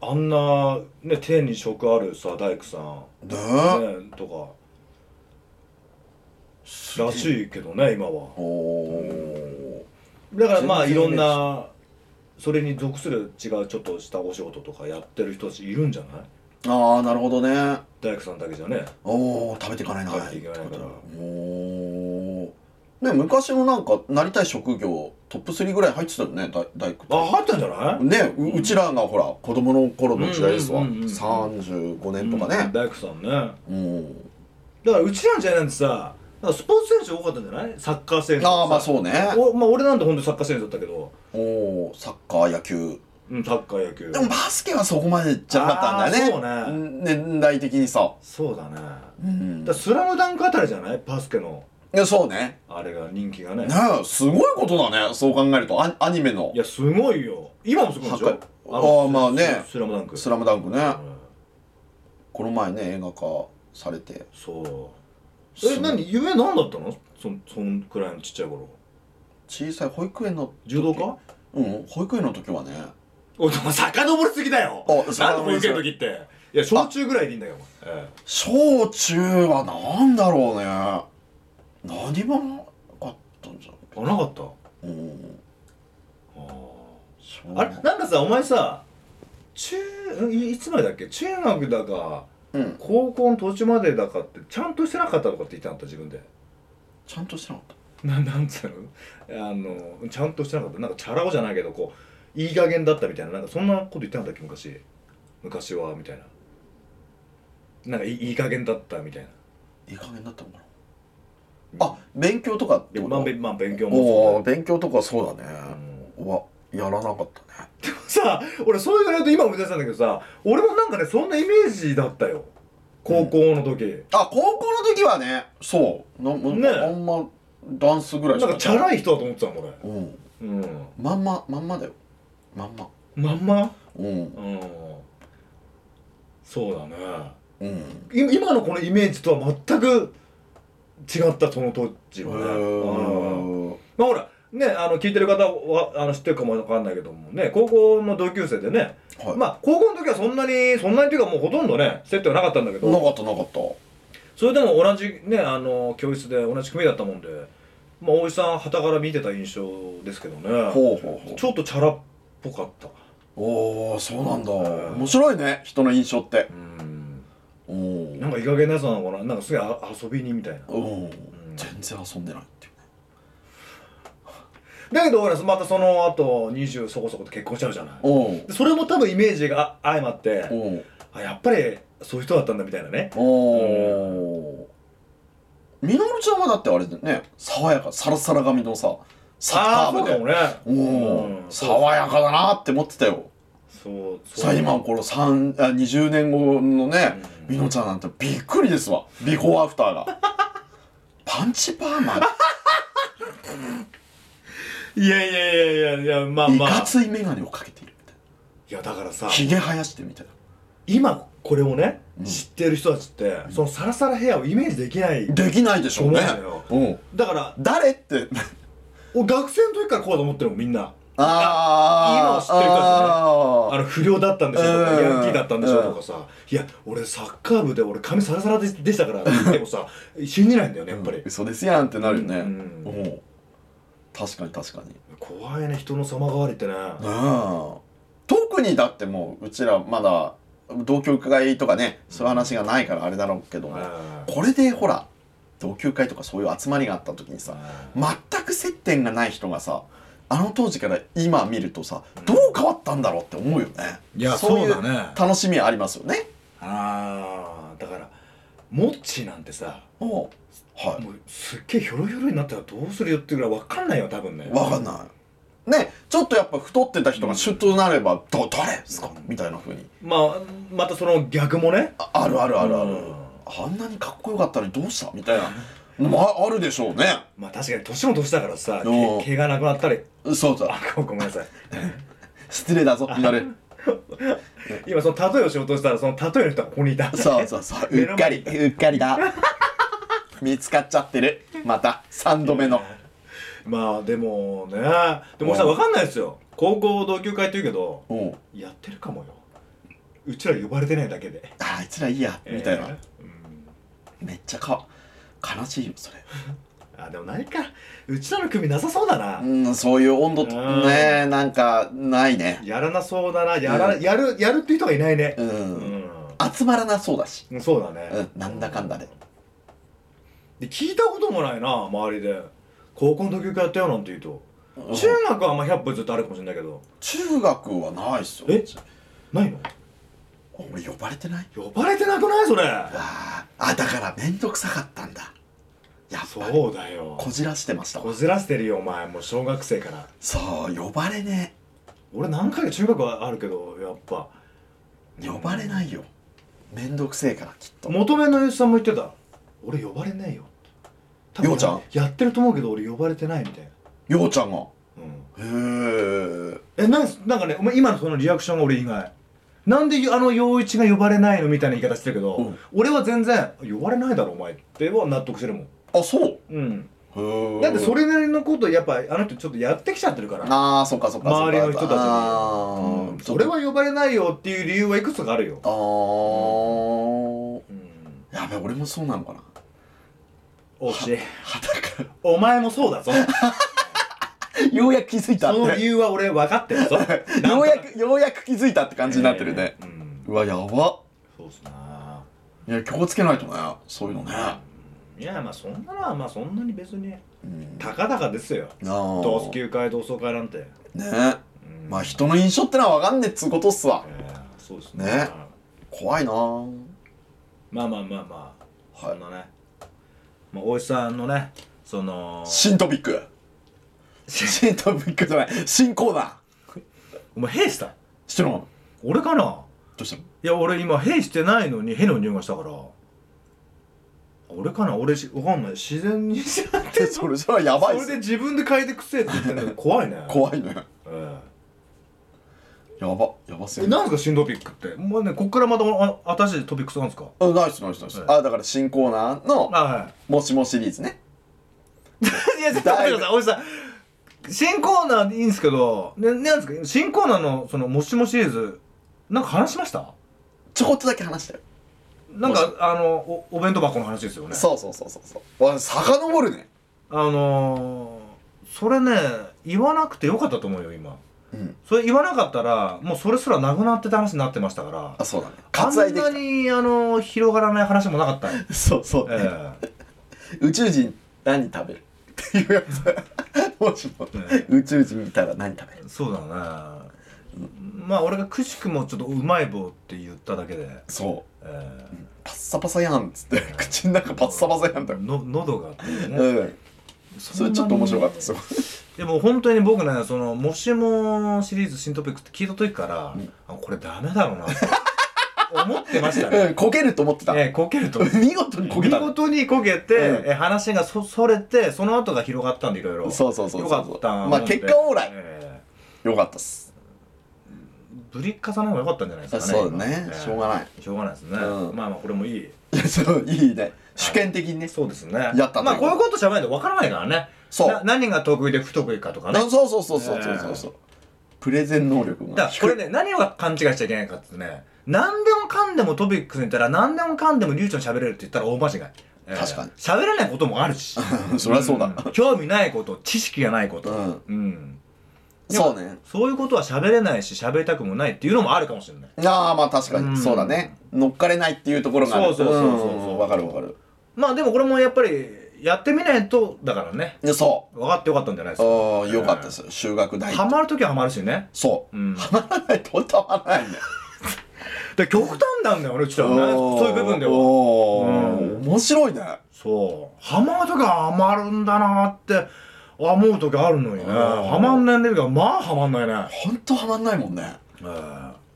あんなね手に職あるさ大工さん、ねね、とかえらしいけどね今はおおだからまあい全然イメージろんなそれに属する違うちょっとしたお仕事とかやってる人たちいるんじゃないああなるほどね大工さんだけじゃねおお食べていかないな食べていかないからってことだおおね昔のなんかなりたい職業トップ3ぐらい入ってたよね大大工ってあ入ったんじゃないねううちらがほら子供の頃の時代ですわうんうんうんうん35年とかうんね大工さんねだうんからうちらの時代なんてさなんかスポーツ選手多かったんじゃないサッカー選手とかさああまあそうねおまあ俺なんて本当にサッカー選手だったけどおおサッカー野球うんサッカー野球でもバスケはそこまでじゃなかったんだよねあーそうね年代的にさそうだねうんだからスラムダンクあたりじゃないバスケのいやそうねあれが人気がねねえすごいことだねそう考えるとアアニメのいやすごいよ今もすごいでしょ破壊あーまあねススラムダンク「スラムダンクねうんこの前ね映画化されてそうえそう何夢何だったのそんそんくらいのちっちゃい頃小さい保育園の柔道家うん保育園の時はねおでも遡りすぎだよあ何の遡保りすぎ育園の時っていや小中ぐらいでいいんだよお前え小中はなんだろうね何もなかったんじゃんえあなかったうんそうあれなんかさお前さ中うんいいつまでだっけ中学だかうん高校の途中までだかってちゃんとしてなかったとかって言ってなかった自分でちゃんとしてなかっななんつうのあのちゃんとしてなかったなんかチャラ男じゃないけどこういい加減だったみたいななんかそんなこと言ってなかったっけ昔昔はみたいななんかいいいい加減だったみたいなたいい加減だったのかなあ勉強とかってでこまあ、べとまあ、勉強もおそおう勉強とかそうだだ ねけどうんわやらなかったねさあ俺そう言われると今思い出したんだけどさ俺もなんかねそんなイメージだったよ高校の時、あ高校の時はねそうななんねかあんまダンスぐらいなんかチャラいい人だと思ってたもん俺うんうんまんままんまだよまんままんまうんうんそうだねうんい今のこのイメージとは全く違ったその当時うはねうんーんまあほらねあの聞いてる方はあの知ってるかもわかんないけどもね高校の同級生でねはいまあ高校の時はそんなにそんなにっていうかもうほとんどね接点はなかったんだけどなかったなかったそれでも同じねあの教室で同じ組だったもんで、まあ、大井さんはから見てた印象ですけどねほうほうほうちょっとチャラっぽかったおおそうなんだうん面白いね人の印象ってうんおなんーかいい加減なやつなのかななんかすげえあ遊びにみたいなうん全然遊んでないっていうだけど俺またその後20そこそこと結婚しちゃうじゃないおーでそれも多分イメージがあ相まっておーあやっぱりそういう人だったんだみたいなねおーみのるちゃんはだってあれだよね爽やかサラサラ髪のさサああッーカそうー部かでもねおおうんー爽やかだなって思ってたよそうそうさあ今この三あ20年後のねうみんのちゃんなんてびっくりですわビフォーアフター がパンチパーマいやいやいやいやいやまあいまかあつい眼鏡をかけているみたいいやだからさなひげ生やしてみたいな今これをね、うん知ってる人たちって、そのサラサラヘアをイメージできないできないでしょうねそうなのようんだから誰 ってお学生の時からこうだと思ってるもんみんなあー今は知ってるああの不良だったんでしょとかうんヤンキーだったんでしょとかさいや俺サッカー部で俺髪サラサラででしたからって言ってもさ信じないんだよねやっぱり、嘘ですやんってなるよねうんおう確かに確かにね怖いね人の様変わりってねえ特にだってもううちらまだ同居会とかねそういう話がないからあれだろうけどもあこれでほら同級会とかそういう集まりがあった時にさ全く接点がない人がさあの当時から今見るとさどう変わったんだろうって思うよねいやいうそうだね楽しみありますよねあーだからモッチーなんてさおうはいもうすっげえひょろひょろになったらどうするよってぐらい分かんないよ多分ねわかんないねちょっとやっぱ太ってた人がシュッとなれば「だ誰ですか?」みたいな風にまあまたその逆もねああるあるあるあるうんあんなにかっこよかったのにどうしたみたいなまああるでしょうねまあ確かに年も年だからさおう毛毛がなくなったりそうあだごごめんなさい失礼だぞみなれ今その例えをしようとしたらその例えの人はここにいた そうそうそう目うの前っかりうっかりだ見つかっちゃってるまた3度目の まあでもねでもさうん分かんないですよ高校同級会って言うけどおうやってるかもようちら呼ばれてないだけでああいつらいいやみたいな、えーうんめっちゃか悲しいよそれあでも何かうちらの組なさそうだな、うんそういう温度うんねなんかないねやらなそうだなやら、うんやるやるっていう人がいないねううんん集まらなそうだしうんそうだね、うんなんだかんだでで聞いたこともないな周りで高校の時からやったよなんて言うと、中学はまあ100歩ずっとあるかもしれないけど中学はないっすよえないの俺呼ばれてない呼ばれてなくないそれあーあだから面倒くさかったんだやっぱりそうだよこじらしてましたこずらしてるよお前もう小学生からそう呼ばれね俺何回か中学はあるけどやっぱえ呼ばれないよ面倒くせえからきっと求めのゆうさんも言ってた俺呼ばれねえよ多分ようちゃんやってると思うけど俺呼ばれてないみたいな、ようちゃんがうん、へええなんなんかねお前今のそのリアクションが俺意外なんであの陽一が呼ばれないのみたいな言い方してるけど、うん俺は全然呼ばれないだろお前っては納得してるもんあそううんへえだってそれなりのことやっぱあの人ちょっとやってきちゃってるからああそっかそっか周りの人たちにあーうんそれは呼ばれないよっていう理由はいくつかあるよあーうんやべ俺もそうなのかなおし裸お前もそうだぞようやく気づいたそっての理由は俺分かってる ぞようやくようやく気づいたって感じになってるね、、ええうんうわやばそうっすないや気をつけないとねそういうのねいやまあそんなのはまあそんなに別にうんたかだかですよなあ同窓級会同窓会なんて、ねうんまあ人の印象ってのは分かんねえっつうことっすわええそうですね怖いなあまあまあまあまあそはいんなね、まあ、大石さんのねその新トピック 新トピックじゃない新コーナーお前兵したしてるの俺かなどう したのいや俺今兵してないのに兵の匂いがしたから俺かな俺しわかんない自然にしなってでそれそれはやばいっそれです自分で嗅いでくせえって言ってんだけど 怖いね怖いねえやばやばすええぎるなんですか新トピックってもうねこっからまたあ新しいトピックスなんですかうんナイスナイスナイス、あだから新コーナーのは「もしも」シリーズね いいやちょっと待ってくださいおじさん新コーナーでいいんですけど、ね、なんですか新コーナーのそのもしもシリーズなんか話しましたちょこっとだけ話したよなんかあのおお弁当箱の話ですよねそうそうそうそうそうわ遡るねあのー、それね言わなくてよかったと思うよ今うんそれ言わなかったらもうそれすらなくなってた話になってましたからあそうだねあ割愛んでなきたにあの広がらない話もなかったよそうそう、ねええ宇宙人何食べるっていうやつ もしも、ね宇宙人いたら何食べるそうだねまあ俺がくしくもちょっとうまい棒って言っただけで、そうえパッサパサやんっつって 口の中パッサパサやんだえよ、の喉がっていうねうん、そそんなれにちょっと面白かったですよでも本当に僕ねその「もしも」シリーズ新トピックって聞いた時から、あこれダメだ ろうなって思ってましたうんね、こけると思ってた、ええこけると見事にこけ見た事にこけて、うんえ話がそそれてその後が広がったんでいろいろそうそうそうそうよかったまあ結果オーライえよかったっすえぶりっかさの方が良かったんじゃないですかねそうだね今しょうがないええしょうがないですうね、んまあまあこれもいいいやそういいね主権的にねそうですねやったというまあこういうことじゃないとわからないからねそうな何が得意で不得意かとかねあそうそうそうそうそうそうそうプレゼン能力だがからこれね何を勘違いしちゃいけないかってね何でもかんでもトピックスに言ったら何でもかんでも流暢に喋れるって言ったら大間違い、えー確かに喋れないこともあるし そりゃそうだん興味ないこと知識がないことうん、うんそうねそういうことは喋れないし喋りたくもないっていうのもあるかもしれないああまあ確かうにんそうだね乗っかれないっていうところがあるそうそうそうそうそうんわかるわかるまあでもこれもやっぱりやってみないとだからねでそ分かってよかったんじゃないですうかああよかったですよ修学 大ハマるときはハマるしねそう うんハマらないとたまらないねで極端なんだよ俺ちょっとねおーそういう部分ではおーうん面白いねそうハマるときはハマるんだなーって思うときあるのにねうんハマんないんだけどまあハマんないね、ほんとハマんないもんねええ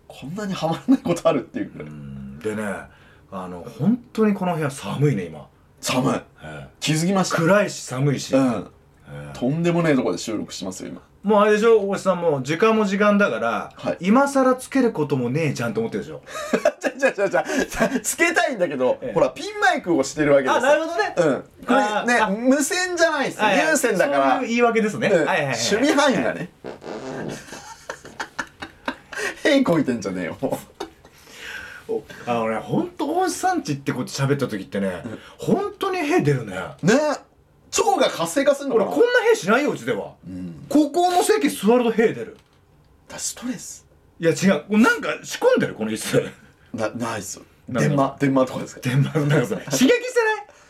こんなにハマらないことあるっていうくらいうんでねあの本当にこの部屋寒いね今、寒いええ気づきました暗いし寒いし、うんええとんでもねえとこで収録してますよ今 もうあれでしょ大石さんもう時間も時間だから、はい今更つけることもねえじゃんと思ってるでしょじゃじゃじゃじゃ つけたいんだけどええほらピンマイクをしてるわけですよほどねうん、こあーあれね無線じゃないですはいはい有線だからそういう言い訳ですね、うんはいはいはい守備範囲がね。 へいこいてんじゃねえよ。もあのねほんと大石さんちってこと喋った時ってね、ほんとに屁出るねうね腸が活性化するの俺かこなんな屁しないようちでは、うん。ここの席座ると屁出るだストレスいや違うなんか仕込んでるこの椅子な、ないっすよ。なんだ電話、電話とかですか電話のなん かさ刺激してない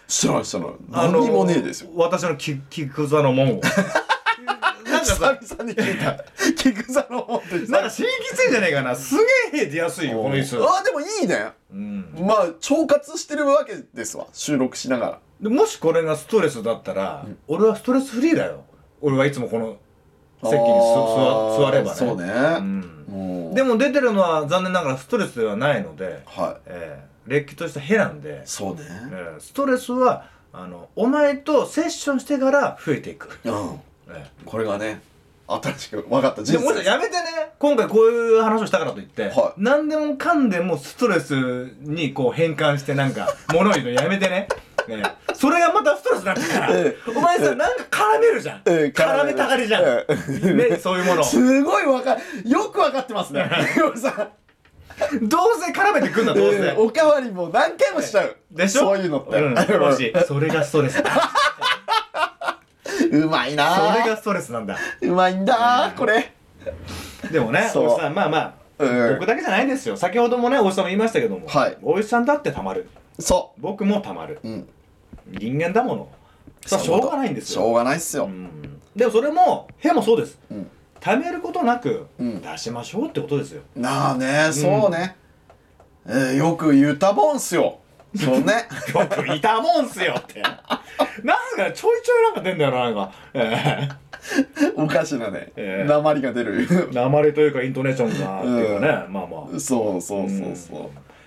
してないしてない。何にもねえですよ。私のき聞く座の もんをなんか久さ々に聞いた。 菊座の方ってなんか刺激性じゃねえかなすげえ屁出やすいよこの椅子、ああ、でもいいね。うん、まあ、腸活してるわけですわ。収録しながら。でもしこれがストレスだったら、俺はストレスフリーだよ俺はいつもこの席にあー座座座ればねそうね。うんもうでも出てるのは残念ながらストレスではないので、はえー、れっきとした屁なんでい。、そうね。えーストレスはあのお前とセッションしてから増えていく、うんえこれがね新しく分かったえ、で人ももし生やめてね今回こういう話をしたからといって、は何でもかんでもストレスにこう変換してなん か物言うのやめてねねえそれがまたストレスになってから、えお前さなんか絡めるじゃん、ええ絡めたがりじゃん、ええねそういうも のをすごいわかよく分かってますねヨルさんどうせ絡めてくんだ どうせ、えーおかわりも何回もしちゃうでしょそういうのって、うん、もしそれが ストレスだうまいなそーれがストレスなんだうまいんだーこれでもねそうおじさんまあまあ、うん僕だけじゃないんですよ先ほどもねおじさんも言いましたけども、はいおじさんだってたまるそ僕もたまるううん人間だものそれはしょうがないんですしょうよ、がないっすよ、うん、でもそれもへもそうです、うんためることなくうん出しましょうってことですよ、なあねそうね、えーよく言ったもんっすよそう ねよくいたもんすよって なんかちょいちょいなんか出んだよななんかえおかしなね、ええ鉛が出える 鉛というかイントネーションがっていうかね、まあまあそうそうそうそう、うん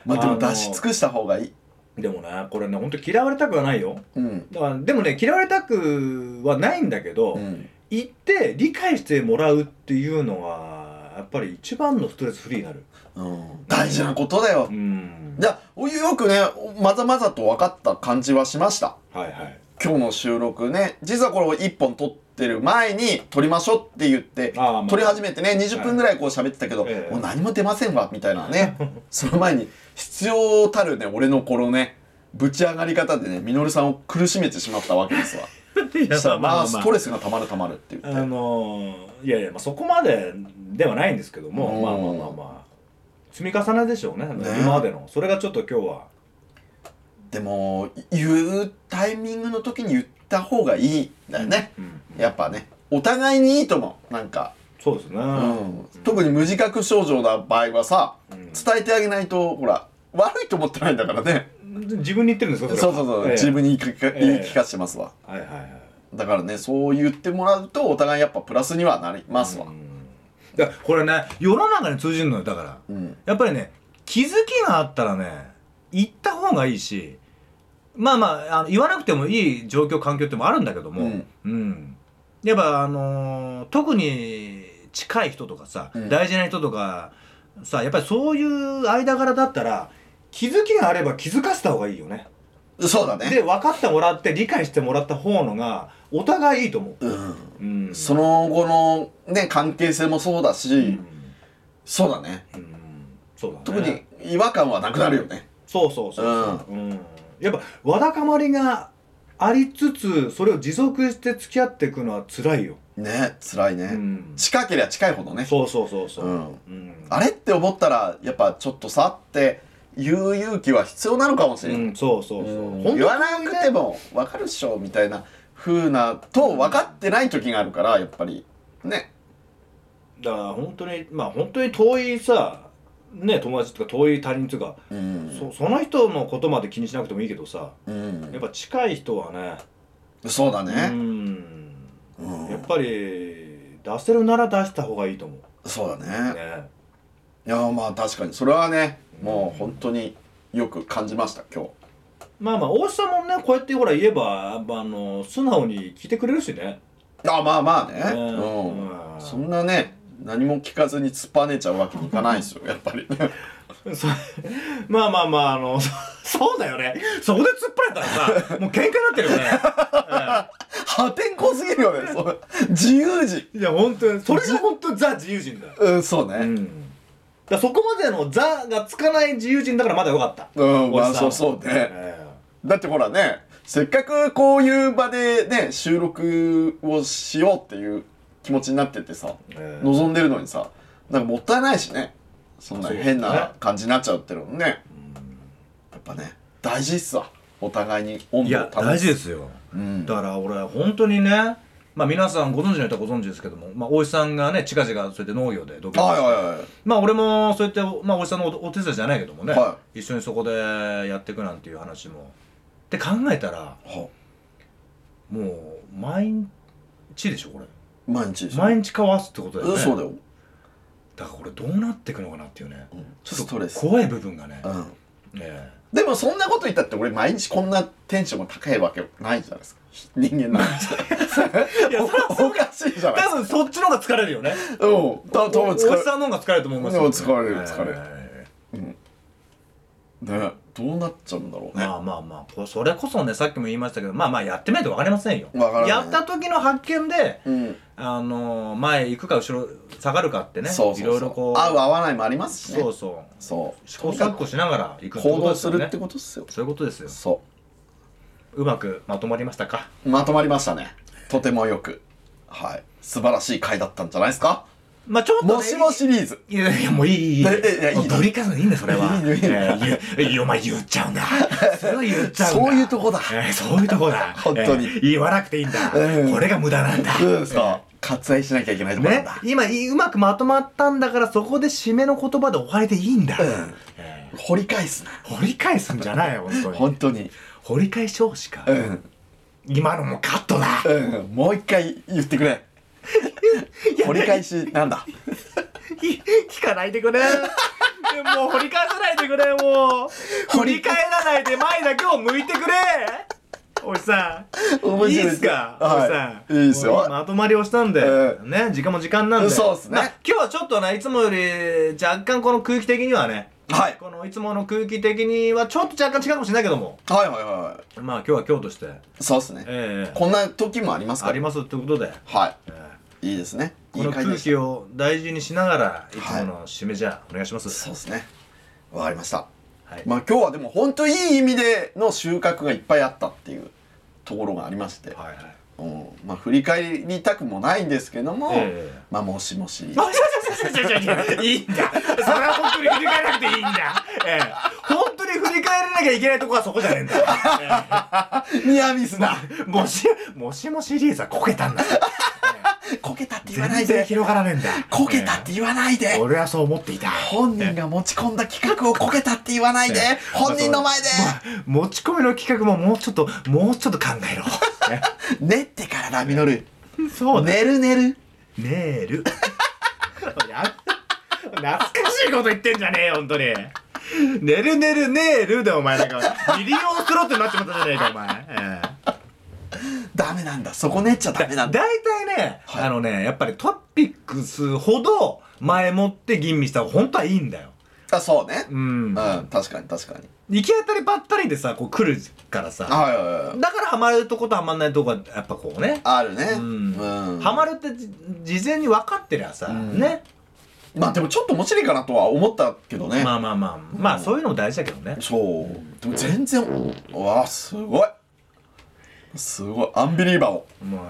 まあであもの出し尽くした方がいいでもねこれねほんと嫌われたくはないようんだからでもね嫌われたくはないんだけど、うん行って理解してもらうっていうのがやっぱり一番のストレスフリーになるうん大事なことだようんじゃあよくねまざまざと分かった感じはしましたはいはい今日の収録ね実はこれを1本撮ってる前に撮りましょうって言ってああまあ撮り始めてね20分ぐらいこう喋ってたけど、ええもう何も出ませんわみたいなね その前に必要たるね俺のこのねぶち上がり方でねみのるさんを苦しめてしまったわけですわ いそしたらまあストレススがたまるたまるって言あってのーいやいや、まあ、そこまでではないんですけどうもんまあまあまあまあ積み重ねでしょうねね今までのそれがちょっと今日はでも言うタイミングの時に言った方がいいんだよね、うんやっぱねお互いにいいと思うなんかそうですね、うん特に無自覚症状な場合はさ、うん伝えてあげないとほら悪いと思ってないんだからね自分に言ってるんですそかうそうそう、自分にに言い聞か,、ええ言い聞かしてますわはいはいはいだからねそう言ってもらうとお互いやっぱプラスにはなりますわだからこれね世の中に通じるのよだからうんやっぱりね気づきがあったらね行った方がいいしまあまああの言わなくてもいい状況環境ってもあるんだけども、うんうんやっぱあのー特に近い人とかさ、うん大事な人とかさやっぱりそういう間柄だったら気づきがあれば気づかせた方がいいよね。そうだねで分かってもらって理解してもらった方のがお互いいいと思うんう。うん、その後のね関係性もそうだし、うんそうだねうんそうだね特に違和感はなくなるよねそうそうそうそう、うんやっぱわだかまりがありつつそれを持続して付き合っていくのは辛いよ、ね辛いうね、ん、近ければ近いほどねそうそうそうそう、うんうんあれって思ったらやっぱちょっとさって言う勇気は必要なのかもしれうない、ん、そうそうそう、うん本当に言わなくても分かるっしょみたいな風なと分かってない時があるからやっぱりねだから本当にまあ本当に遠いさね友達とか遠い他人とか、うんそその人のことまで気にしなくてもいいけどさうんやっぱ近い人はねそうだうね、んうんやっぱり出せるなら出した方がいいと思そうだうねねいやまあ確かにそれはねもう本当によく感じました今日まあまあ大下もねこうやってほら言えば、まあ、あの素直に聞いてくれるしねあまあまあね、ねうんうんそんなね何も聞かずに突っぱねちゃうわけにいかないですよやっぱり ねそまあまあまああのそ そうだよねそこで突っ張れたらさもう喧嘩になってるよね、破天荒すぎるよねそう自由人 うんいや本当にそれが本当ザ自由人だよ、うんそううねん、だからそこまでのザがつかない自由人だからまだよかったうん、まおあじさんそうはそうね、えだってほらねせっかくこういう場でね収録をしようっていう気持ちになっててさえええ望んでるのにさなんかもったいないしねそんなそうですね変な感じになっちゃうってのもねやっぱね大事っすわお互いに温い度をや保つ大事ですようんだから俺本当にねまあ皆さんご存知の人はご存知ですけども、まあ、大石さんがね近々そうやって農業で独立してはいはまあ俺もそうやって、まあ、おじさんのおお手伝いじゃないけどもね、は一緒にそこでやっていくなんていう話もって考えたらいはいはもう毎日でしょこれ毎日ですよ毎日交わすってことだようんねそうだよだからこれどうなっていくのかなっていうねうんちょスっトとレス怖い部分がねう、んええでもそんなこと言ったって俺毎日こんなテンションが高いわけないじゃないですか人間なん ですいやそれはおかしいじゃない多分そっちの方が疲れるよねうんた 多分疲おれじさんの方が疲れると思いますよ、うん疲れる疲れるえねどうなっちゃうんだろうーねまあまあまあこそれこそねさっきも言いましたけどまあまあやってみないと分かりませんよわからないやった時の発見でうんあのー前行くか後ろ下がるかってねそうそうそうろいろこう合う合わないもありますしねそうそうそう試行錯誤しながら行くって行こと動ですすよねるってことっすよそういうことですよそうまくまとまりましたかうまとまりましたねとてもよくはい素晴らしい回だったんじゃないですかまあちょっとねもしもシリーズいやいやもういいいいいいええいやいいのもうドリカさんいいんだそれはいいのいいのえー言ういや お前言っちゃうんだそれは言っちゃうんだそういうとこだえーそういうとこだ本当にえー言わなくていいんだ、うんこれが無駄なんだうんそう割愛しなきゃいけないところなんねだ、今いうまくまとまったんだからそこで締めの言葉で終わりでいいんだ、うんえ掘り返すなー掘り返すんじゃないよ本当に本当に掘り返し少子か、うん今のもカットだうんもう一回言って くれ掘り返しなんだひ聞 かないでくれもう掘り返さないでくれもう掘り返らないで前だけを向いてくれおじさん面白いいでいすですか、はいおじさんいいですよもうまとまりをしたんで、ええね時間も時間なんでそうっすねまあ今日はちょっとねいつもより若干この空気的にはねはいこのいつもの空気的にはちょっと若干違うかもしれないけどもはいはいはまあ今日は今日としていそうっすねええこんな時もありますかありらますってことで、はええいいいですねいこいの回空でした気を大事にしながらいつもの締めじゃあお願いします、そうですねわかりましたはいまあ今日はでも本当いい意味での収穫がいっぱいあったっていうところがありまして、 はいはい。うんまあ振り返りたくもないんですけども、ええまあもしもしあ、違う違う違う違う違ういいんだ。それは本当に振り返らなくていいんだ。ええ、本当に振り返らなきゃいけないとこはそこじゃねえ んだ。ニアミスだええもし、もしもシリーズはこけたんだ。こけたって言わな全い然で広がらねえんだ。こけたって言わないで、ええ。俺はそう思っていた。本人が持ち込んだ企画をこけたって言わないで、え本人の前で、も持ち込みの企画ももうちょっと、もうちょっと考え ろ。練ってからだ実るそうね。寝る寝るネール。や懐かしいこと言ってんじゃねえよ、ほんとに。ねるねるねーるでお前なんか、ミリオンスロットになっちまったじゃねえか、お前。ええダメなんだそこ練っちゃダメなんだ大体ね、はいあのね、やっぱりトピックスほど前もって吟味した方が本当はいいんだよ。あそうねううんん。確かに確かに行き当たりばったりでさ、こう来るからさ。はいはいはいだからハマるとことハマんないとこはやっぱこうね。あるねううんん、ハマるってじ事前に分かってりゃさ、うんね。まあでもちょっと面白いかなとは思ったけどね、まあまあまあ、まあそういうのも大事だけどね。そうでも全然うわすごいすごいアンビリーバーをもう。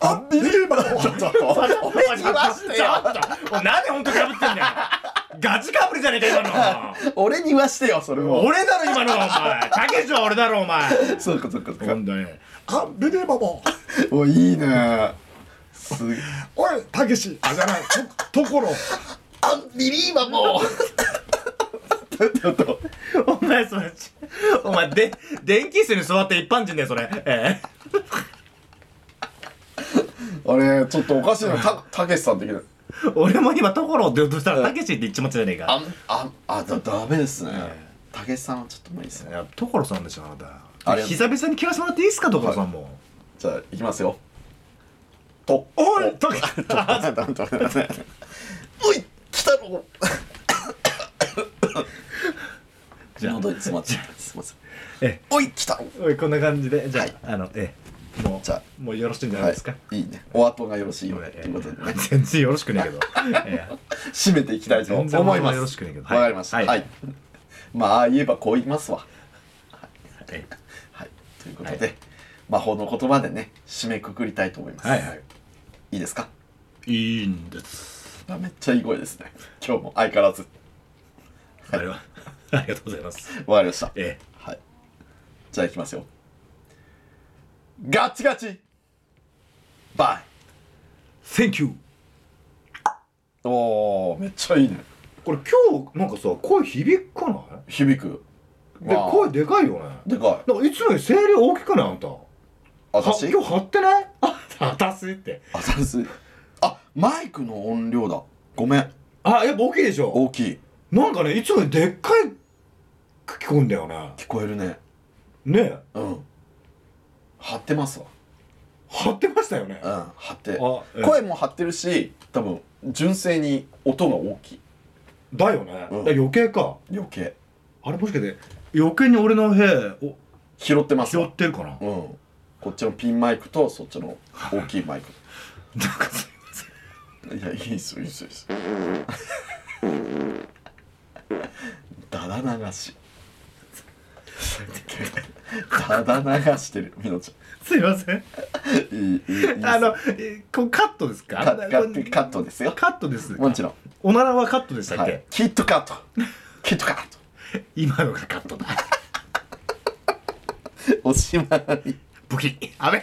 アンビリーバーをちょっとおめに言わしてよちょっとなんで本当かぶってんだよガチかぶりじゃねえか俺に言わしてよそれ今のを俺だろ今のお前たけしは俺だろお前そうかそうかそうか本当にアンビリーバーもおいいねすおいたけしあじゃないところアンビリーバーもお前それお前で電気椅子に座って一般人だよそれえあれちょっとおかしいなたたけしさんできるえ俺も今ところって言おうとしたらたけしって言っちまったじゃねえあかんあんあだダメですねえたけしさんはちょっと無理ですねいや所さんでしょあなあたりがとう久々に切らしてもらっていいですか所さんも、じゃあいきますよとおいたけあダメダメダメおい来たのじゃあ喉に詰まっちゃうすいませんえおい来たのおいこんな感じでじゃあ、はいあのええもうじゃもうよろしいんじゃないはですか、いいいねお後がよろしいよえとえいうことでね全然よろしくねえけど、 ええ締めていきたいと思います全然お後がよろしくねえけどはいわかりましたははいい、まあああ言えばこう言いますわええはいということで、は魔法の言葉でね締めくくりたいと思います、はいはいいいですかいいんですあめっちゃいい声ですね今日も相変わらずあれは ありがとうございますわかりましたえはいじゃあいきますよガチガチバえ Thank you イおーめっちゃいいねこれ今日なんかさ声響かな響くいわあでかいよねでかいなんかいつもより声量大きくないあんたは私今日張ってないあ私って私あマイクの音量だごめんあやっぱ大きいでしょ大きいなんかねいつもよりでっかい聞こえんだよね聞こえるねねえうん張ってますわ張ってましたよねうん張ってあええ声も張ってるし多分純正に音が大きいだよね、うんだ余計か余計あれもしかして余計に俺の兵を拾ってます拾わってるかな、うんこっちのピンマイクとそっちの大きいマイクなんかすいませんいや、いいっすよ、いいっすよ、いいっすよ。だだ流し。だだ流してる、みのちすいませんゃん。いい、いいいいっす。あのえこうカットですかカッカッカットですよ。カットですもちろん。おならはカットでしたっはけ、い。キットカット。キットカッ今のがカットだト。おしまい。武器あれ